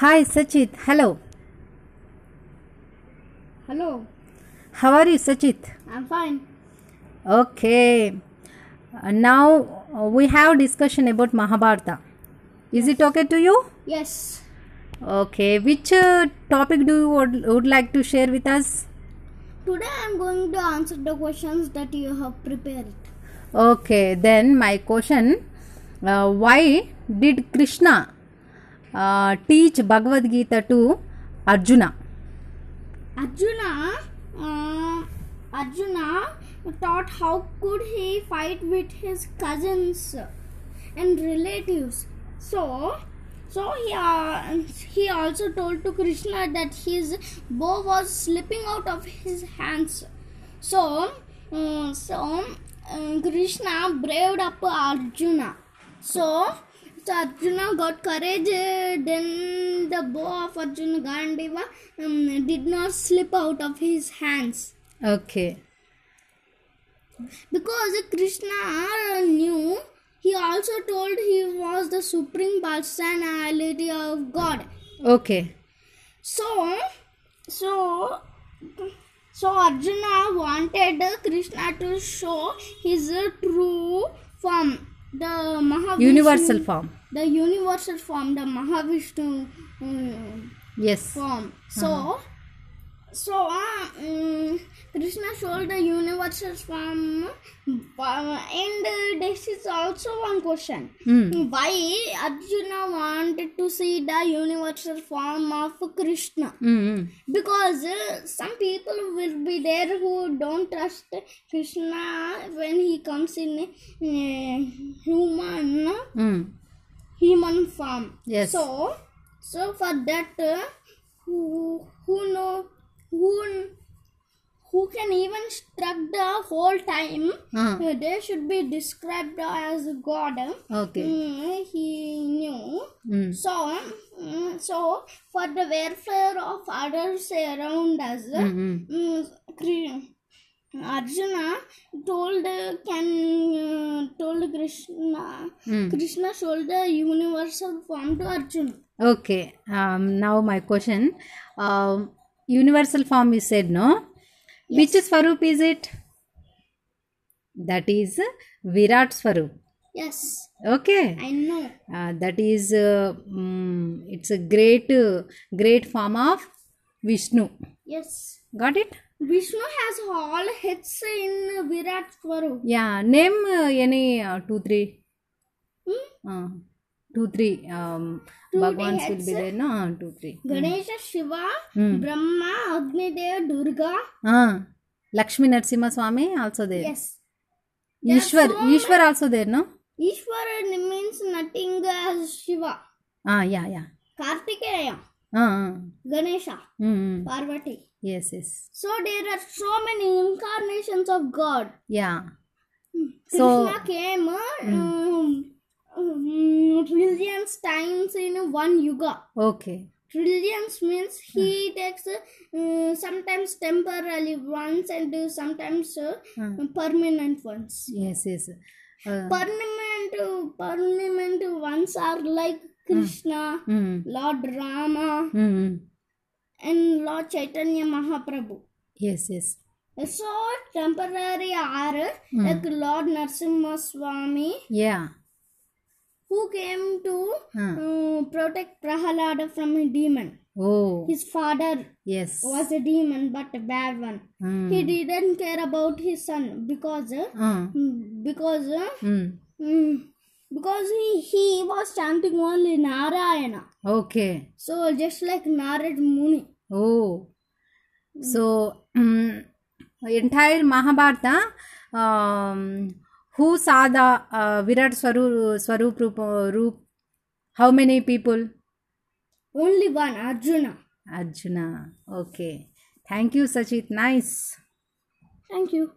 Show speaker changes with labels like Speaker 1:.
Speaker 1: Hi, Sachit. Hello.
Speaker 2: Hello,
Speaker 1: How are you, Sachit?
Speaker 2: I'm fine.
Speaker 1: Okay. Uh, Now uh, we have discussion about Mahabharata. Is it okay to you?
Speaker 2: Yes,
Speaker 1: Okay. Which uh, topic do you would, would like to share with us?
Speaker 2: today I'm going to answer the questions that you have prepared.
Speaker 1: Okay. Then my question: uh, Why did Krishna uh, teach Bhagavad Gita to Arjuna?
Speaker 2: Arjuna, uh, Arjuna taught how could he fight with his cousins and relatives. So, so he uh, he also told to Krishna that his bow was slipping out of his hands. So, um, so um, Krishna braved up Arjuna. So, so Arjuna got courage. uh, Then the bow of Arjuna Gandhiva um, did not slip out of his hands
Speaker 1: Okay.
Speaker 2: because Krishna knew. He also told he was the supreme personality of God.
Speaker 1: Okay.
Speaker 2: So, so, so Arjuna wanted Krishna to show his true form, the Mahavishnu,
Speaker 1: Universal form.
Speaker 2: the universal form, the Mahavishnu um,
Speaker 1: Yes.
Speaker 2: form. So, so uh, um, Krishna showed the universal form, uh, and uh, this is also one question.
Speaker 1: Hmm.
Speaker 2: Why Arjuna wanted to see the universal form of Krishna?
Speaker 1: Mm-hmm.
Speaker 2: Because uh, some people will be there who don't trust Krishna when he comes in uh, human
Speaker 1: Mm.
Speaker 2: human form.
Speaker 1: Yes.
Speaker 2: So, so for that, uh, who who know who who can even struck the whole time?
Speaker 1: Uh,
Speaker 2: uh, They should be described as God.
Speaker 1: okay.
Speaker 2: Mm, he knew.
Speaker 1: Mm.
Speaker 2: So, mm, so for the welfare of others around us,
Speaker 1: Mhm.
Speaker 2: mm, Kri- Arjuna told uh, can uh, told Krishna
Speaker 1: Mm.
Speaker 2: Krishna showed the universal form to Arjuna.
Speaker 1: Okay. Um, now my question. Um, universal form you said no. Which Swarup is it? That is Virat Swarup.
Speaker 2: Yes,
Speaker 1: Okay.
Speaker 2: I know.
Speaker 1: Uh, that is uh, mm, it's a great uh, great form of Vishnu.
Speaker 2: Yes,
Speaker 1: Got it?
Speaker 2: Vishnu has all hits in Virat Swarup.
Speaker 1: Yeah. Name uh, any uh, two three.
Speaker 2: Hmm?
Speaker 1: Uh, two three um,
Speaker 2: Two, three
Speaker 1: Bhagwans will be
Speaker 2: heads.
Speaker 1: there. No, Uh, two three.
Speaker 2: Ganesha, Shiva,
Speaker 1: Mm.
Speaker 2: Brahma, Agnidev, Durga.
Speaker 1: Ah, Lakshmi Narasimha Swami also there.
Speaker 2: Yes. There are
Speaker 1: Ishwar,
Speaker 2: so
Speaker 1: Ishwar also there, no?
Speaker 2: Ishwara means nothing as Shiva,
Speaker 1: Ah, yeah, yeah.
Speaker 2: Kartikeya,
Speaker 1: Ah, ah.
Speaker 2: Ganesha,
Speaker 1: Mm, mm.
Speaker 2: Parvati.
Speaker 1: yes, yes.
Speaker 2: So there are so many incarnations of God.
Speaker 1: Yeah. So- mm.
Speaker 2: Krishna came uh, um, um, trillions times in one yuga.
Speaker 1: Okay.
Speaker 2: Trillions means
Speaker 1: Mm.
Speaker 2: he takes uh, uh, sometimes temporary ones and uh, sometimes uh,
Speaker 1: Ah,
Speaker 2: permanent ones.
Speaker 1: yes, yes. Uh,
Speaker 2: Permanent, uh, permanent ones are like Krishna,
Speaker 1: mm,
Speaker 2: Lord Rama,
Speaker 1: mm, mm.
Speaker 2: and Lord Chaitanya Mahaprabhu.
Speaker 1: Yes, yes.
Speaker 2: So temporary are uh,
Speaker 1: Mm.
Speaker 2: like Lord Narasimha Swami,
Speaker 1: Yeah.
Speaker 2: who came to
Speaker 1: Ah.
Speaker 2: uh, protect Prahalada from a demon.
Speaker 1: Oh,
Speaker 2: His father
Speaker 1: yes.
Speaker 2: was a demon, but a bad one.
Speaker 1: Mm.
Speaker 2: He didn't care about his son because uh,
Speaker 1: Ah,
Speaker 2: mm, because uh,
Speaker 1: mm.
Speaker 2: mm, because he, he was chanting only Narayana.
Speaker 1: Okay.
Speaker 2: So just like Narad Muni.
Speaker 1: Oh. So, mm, entire Mahabharata, um, who saw the uh, Virat Swarup, Swarup Rup, Rup? How many people?
Speaker 2: Only one, Arjuna.
Speaker 1: Arjuna. Okay. Thank you, Sachit. Nice.
Speaker 2: Thank you.